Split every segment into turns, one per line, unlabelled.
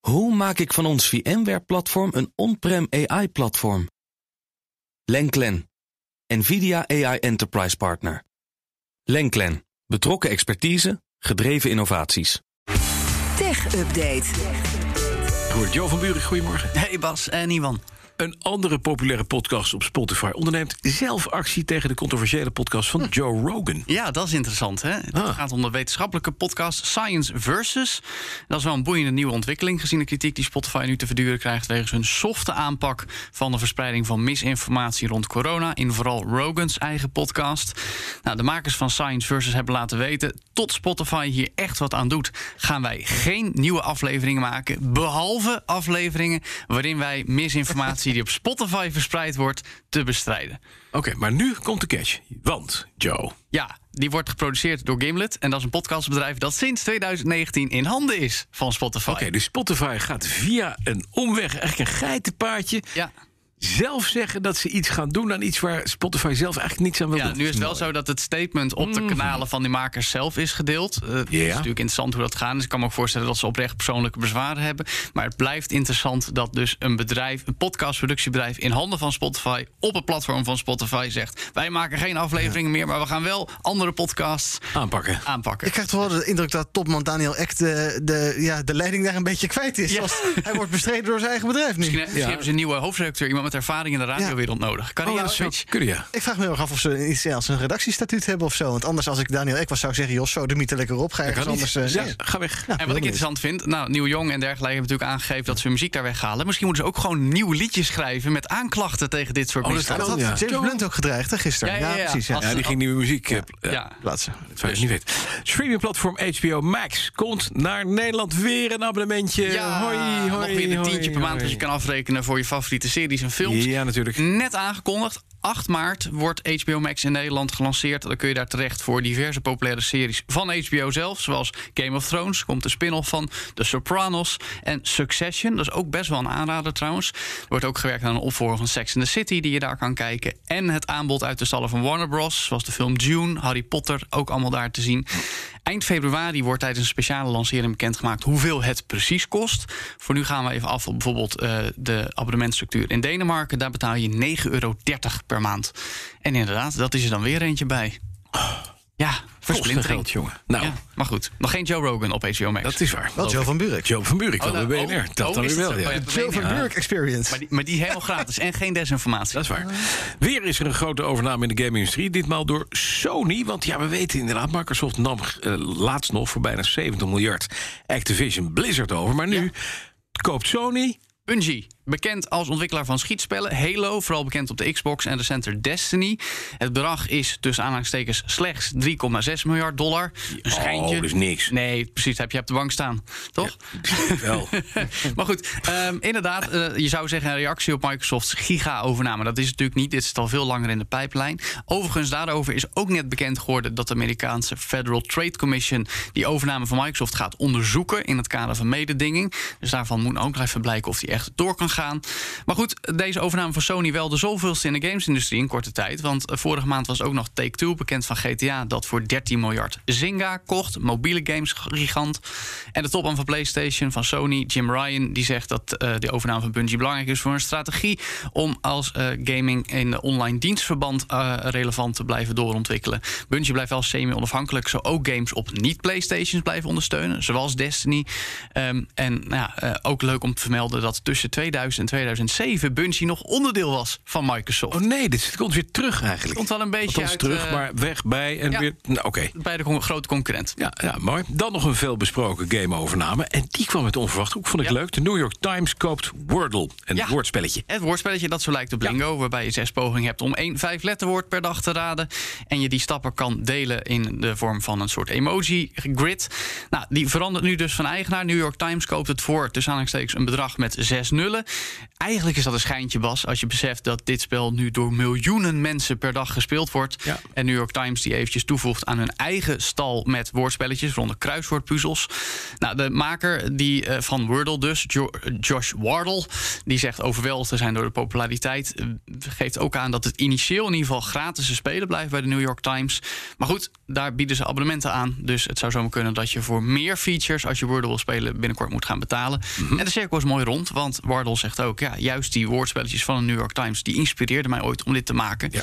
Hoe maak ik van ons VMware-platform een on-prem AI-platform? Lenklen, NVIDIA AI Enterprise Partner. Lenklen, betrokken expertise, gedreven innovaties.
Tech Update.
Goed, Jo van Buren, goedemorgen.
Hey Bas en Iwan.
Een andere populaire podcast op Spotify onderneemt zelf actie tegen de controversiële podcast van Joe Rogan.
Ja, dat is interessant. Hè? Het
Ah.
gaat om de wetenschappelijke podcast Science Versus. Dat is wel een boeiende nieuwe ontwikkeling gezien de kritiek die Spotify nu te verduren krijgt wegens hun softe aanpak van de verspreiding van misinformatie rond corona in vooral Rogan's eigen podcast. Nou, de makers van Science Versus hebben laten weten tot Spotify hier echt wat aan doet, gaan wij geen nieuwe afleveringen maken, behalve afleveringen waarin wij misinformatie die op Spotify verspreid wordt te bestrijden.
Oké, maar nu komt de catch. Want, Joe,
Ja, die wordt geproduceerd door Gimlet. En dat is een podcastbedrijf dat sinds 2019 in handen is van Spotify.
oké, dus Spotify gaat via een omweg, eigenlijk een geitenpaadje,
Ja.
zelf zeggen dat ze iets gaan doen aan iets waar Spotify zelf eigenlijk niets aan wil
ja,
doen. Hmm.
nu is het wel zo dat het statement op
Mm.
de kanalen van die makers zelf is gedeeld. Eh, Het is natuurlijk interessant hoe dat gaat. Dus ik kan me ook voorstellen dat ze oprecht persoonlijke bezwaren hebben. Maar het blijft interessant dat dus een bedrijf, een podcastproductiebedrijf in handen van Spotify, op het platform van Spotify zegt: Wij maken geen afleveringen meer, maar we gaan wel andere podcasts
Aanpakken.
aanpakken.
Ik krijg toch wel de indruk dat topman Daniel echt de, de, ja, de leiding daar een beetje kwijt is.
Ja.
Als- hij wordt bestreden door zijn eigen bedrijf nu.
Misschien, misschien
Ja.
hebben ze een nieuwe hoofdredacteur, iemand met ervaring in de radiowereld nodig. Kan
Oh,
hij
dat
jou
zou
iets?
kunnen, ja.
Ik vraag me heel erg af of ze iets als een redactiestatuut hebben of zo. Want anders, als ik Daniel Ek was, zou ik zeggen: Jos, zo, de mythe lekker op. Ga ergens
Kan niet.
anders. eh,
Ja,
zingen.
ga weg.
En wat ik interessant vind, nou, Nieuw Jong en dergelijke hebben natuurlijk aangegeven dat ze hun muziek daar weghalen. Misschien moeten ze ook gewoon nieuw liedjes schrijven met aanklachten tegen dit soort
Oh, dat
misdaden.
Dat had
kan, ja.
James Blunt ook gedreigd hè, gisteren.
Ja,
Ja,
ja, ja.
precies. Ja.
Als-
Ja, die ging nieuwe muziek. eh, pl- ja.
Ja.
Plaatsen.
Dat zou je niet weten. Streamingplatform HBO Max komt naar Nederland weer een abonnementje.
Ja,
hoi, hoi,
nog weer een
hoi,
tientje per maand
hoi.
dat je kan afrekenen voor je favoriete series en films.
Ja, natuurlijk.
Net aangekondigd. 8 maart wordt HBO Max in Nederland gelanceerd. Dan kun je daar terecht voor diverse populaire series van HBO zelf. Zoals Game of Thrones, komt de spin-off van. The Sopranos en Succession. Dat is ook best wel een aanrader trouwens. Er wordt ook gewerkt aan een opvolger van Sex and the City... die je daar kan kijken. En het aanbod uit de stallen van Warner Bros. Zoals de film Dune, Harry Potter, ook allemaal daar te zien. Eind februari wordt tijdens een speciale lancering bekendgemaakt... hoeveel het precies kost. Voor nu gaan we even af op bijvoorbeeld eh, de abonnementstructuur in Denemarken. Daar betaal je 9,30 euro per maand. En inderdaad, dat is er dan weer eentje bij. Ja,
Kosten
versplintering.
geld, jongen. Nou,
Ja, maar goed, nog geen Joe Rogan op HBO Max.
dat is waar.
Wel Joe van Burek.
Joe van Buurik dan,
Oh,
bij
nou,
BNR.
oh,
dat
oh,
dan
is
weer
dat
wel,
zo?
ja.
Oh, ja,
Joe van Burek Experience.
Maar die, maar die helemaal gratis en geen desinformatie.
Dat is waar. Weer is er een grote overname in de game-industrie. Ditmaal door Sony. Want ja, we weten inderdaad, Microsoft nam eh, laatst nog voor bijna 70 miljard Activision Blizzard over. Maar nu koopt Sony.
Bungie, bekend als ontwikkelaar van schietspellen. Halo, vooral bekend op de Xbox en recenter Destiny. Het bedrag is tussen aanhalingstekens slechts 3,6 miljard dollar. Een schijntje.
Oh, dus niks.
Nee, precies, heb je op de bank staan, toch?
Wel.
maar goed, ehm, inderdaad, eh, je zou zeggen een reactie op Microsoft's giga-overname. Dat is het natuurlijk niet, dit zit al veel langer in de pijplijn. Overigens, daarover is ook net bekend geworden... dat de Amerikaanse Federal Trade Commission die overname van Microsoft gaat onderzoeken... in het kader van mededinging. Dus daarvan moet ook nog even blijken of die echt door kan gaan. Maar goed, deze overname van Sony wel de zoveelste in de gamesindustrie in korte tijd. Want eh, vorige maand was ook nog Take-Two bekend van GTA... dat voor 13 miljard Zynga kocht, mobiele gamesgigant. En de topman van PlayStation van Sony, Jim Ryan... die zegt dat eh, de overname van Bungie belangrijk is voor een strategie... om als eh, gaming in de online dienstverband eh, relevant te blijven doorontwikkelen. Bungie blijft wel semi-onafhankelijk... zo ook games op niet-PlayStations blijven ondersteunen, zoals Destiny. Ehm, en nou ja, eh, ook leuk om te vermelden dat tussen 2000 en 2007... Bungie nog onderdeel was van Microsoft.
Oh nee, dit komt weer terug eigenlijk.
Komt wel een beetje
Althans
uit,
terug,
eh,
maar weg bij en
ja.
weer... Nou, oké.
Bij de con- grote concurrent.
Ja, ja, mooi. Dan nog een veelbesproken game-overname. En die kwam het onverwacht. Ook vond ik
Ja.
leuk. De New York Times koopt Wordle. Een
Ja.
woordspelletje.
Het woordspelletje dat zo lijkt op Bingo, waarbij je zes pogingen hebt om één vijf letterwoord per dag te raden. En je die stappen kan delen in de vorm van een soort emoji-grid. Nou, die verandert nu dus van eigenaar. New York Times koopt het voor, tussen aanhalingstekens, een bedrag met zes nullen. Eigenlijk is dat een schijntje, Bas, als je beseft dat dit spel nu door miljoenen mensen per dag gespeeld wordt.
Ja.
En New York Times die eventjes toevoegt aan hun eigen stal met woordspelletjes, waaronder kruiswoordpuzzels. Nou, de maker die, eh, van Wordle dus, Jo- Josh Wardle, die zegt overweldigd te zijn door de populariteit. eh, Geeft ook aan dat het initieel in ieder geval gratis te spelen blijft bij de New York Times. Maar goed, daar bieden ze abonnementen aan. Dus het zou zomaar kunnen dat je voor meer features, als je Wordle wil spelen, binnenkort moet gaan betalen. En de cirkel is mooi rond, want Wardle zegt ook, ja, juist die woordspelletjes van de New York Times, die inspireerden mij ooit om dit te maken.
Ja.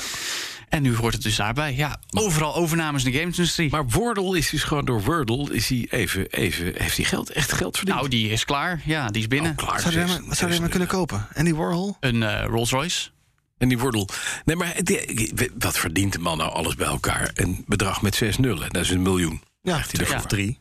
En nu hoort het dus daarbij. Ja, overal overnames in de gamesindustrie.
Maar Wordle is dus gewoon door Wordle is hij even, even, heeft hij geld, echt geld verdiend.
Nou, die is klaar. Ja, die is binnen.
Oh, klaar.
Zou je
Zes-
maar, wat zou je maar
zes-
kunnen kopen? En die Warhol?
Een eh, Rolls Royce.
En die Wordle. Nee, maar die- wat verdient de man nou alles bij elkaar? Een bedrag met zes nullen, dat is een miljoen.
Ja,
Krijgt hij ervoor.
of drie.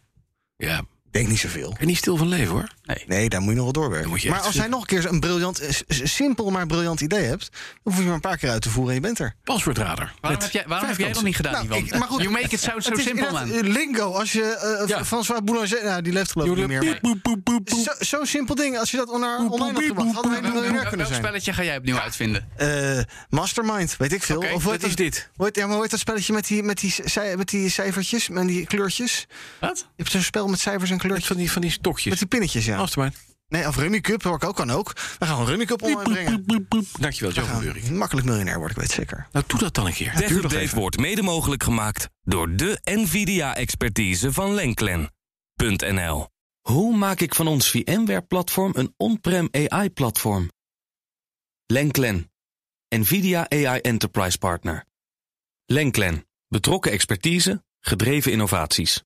Ja.
Denk niet zoveel.
En niet stil van leven hoor.
Nee, daar moet je nog wel doorwerken.
Dan moet je
maar
echt
als jij nog een keer een briljant, eh, s- s- simpel maar briljant idee hebt, dan hoef je maar een paar keer uit te voeren en je bent er.
Paswoordrader.
Waarom
Met
heb jij, waarom heb
vijf
jij dat
kanten.
niet gedaan,
Nou,
Iwan?
ik- maar goed,
you make it sound so
Het is
simple, man.
inderdaad, eh, lingo. Als je eh, eh,
Ja.
François Boulanger, nou, die leeft geloof ik niet meer.
Joedel-
maar
boep, boep, boep, boep.
Zo- Zo'n simpel ding. Als je dat on- online
boep,
had
boep,
gebracht, hadden wij
boep,
een
boep,
miljonair kunnen
Welk
zijn.
spelletje ga jij opnieuw uitvinden?
Eh, mastermind, weet ik veel.
Oké,
of
dat
hoe heet
is dit.
hoe heet- ja, maar hoe heet dat spelletje met die, met die, ci- met die cijfertjes en die kleurtjes?
Wat?
Je hebt zo'n spel met cijfers en
Met
kleurtjes.
van die, van die stokjes.
Met die pinnetjes, ja.
Mastermind.
Nee, of Rummy Cup, hoor ik ook, kan ook. We gaan gewoon Rummy Cup online brengen.
Dankjewel, Joe van Buurik.
Makkelijk miljonair word ik, weet ik zeker.
Nou, doe dat dan een keer.
Tech Update wordt mede mogelijk gemaakt door de NVIDIA-expertise van Lenklen.nl. Hoe maak ik van ons VMware-platform een on-prem AI-platform? Lenklen, NVIDIA AI Enterprise Partner. Lenklen, betrokken expertise, gedreven innovaties.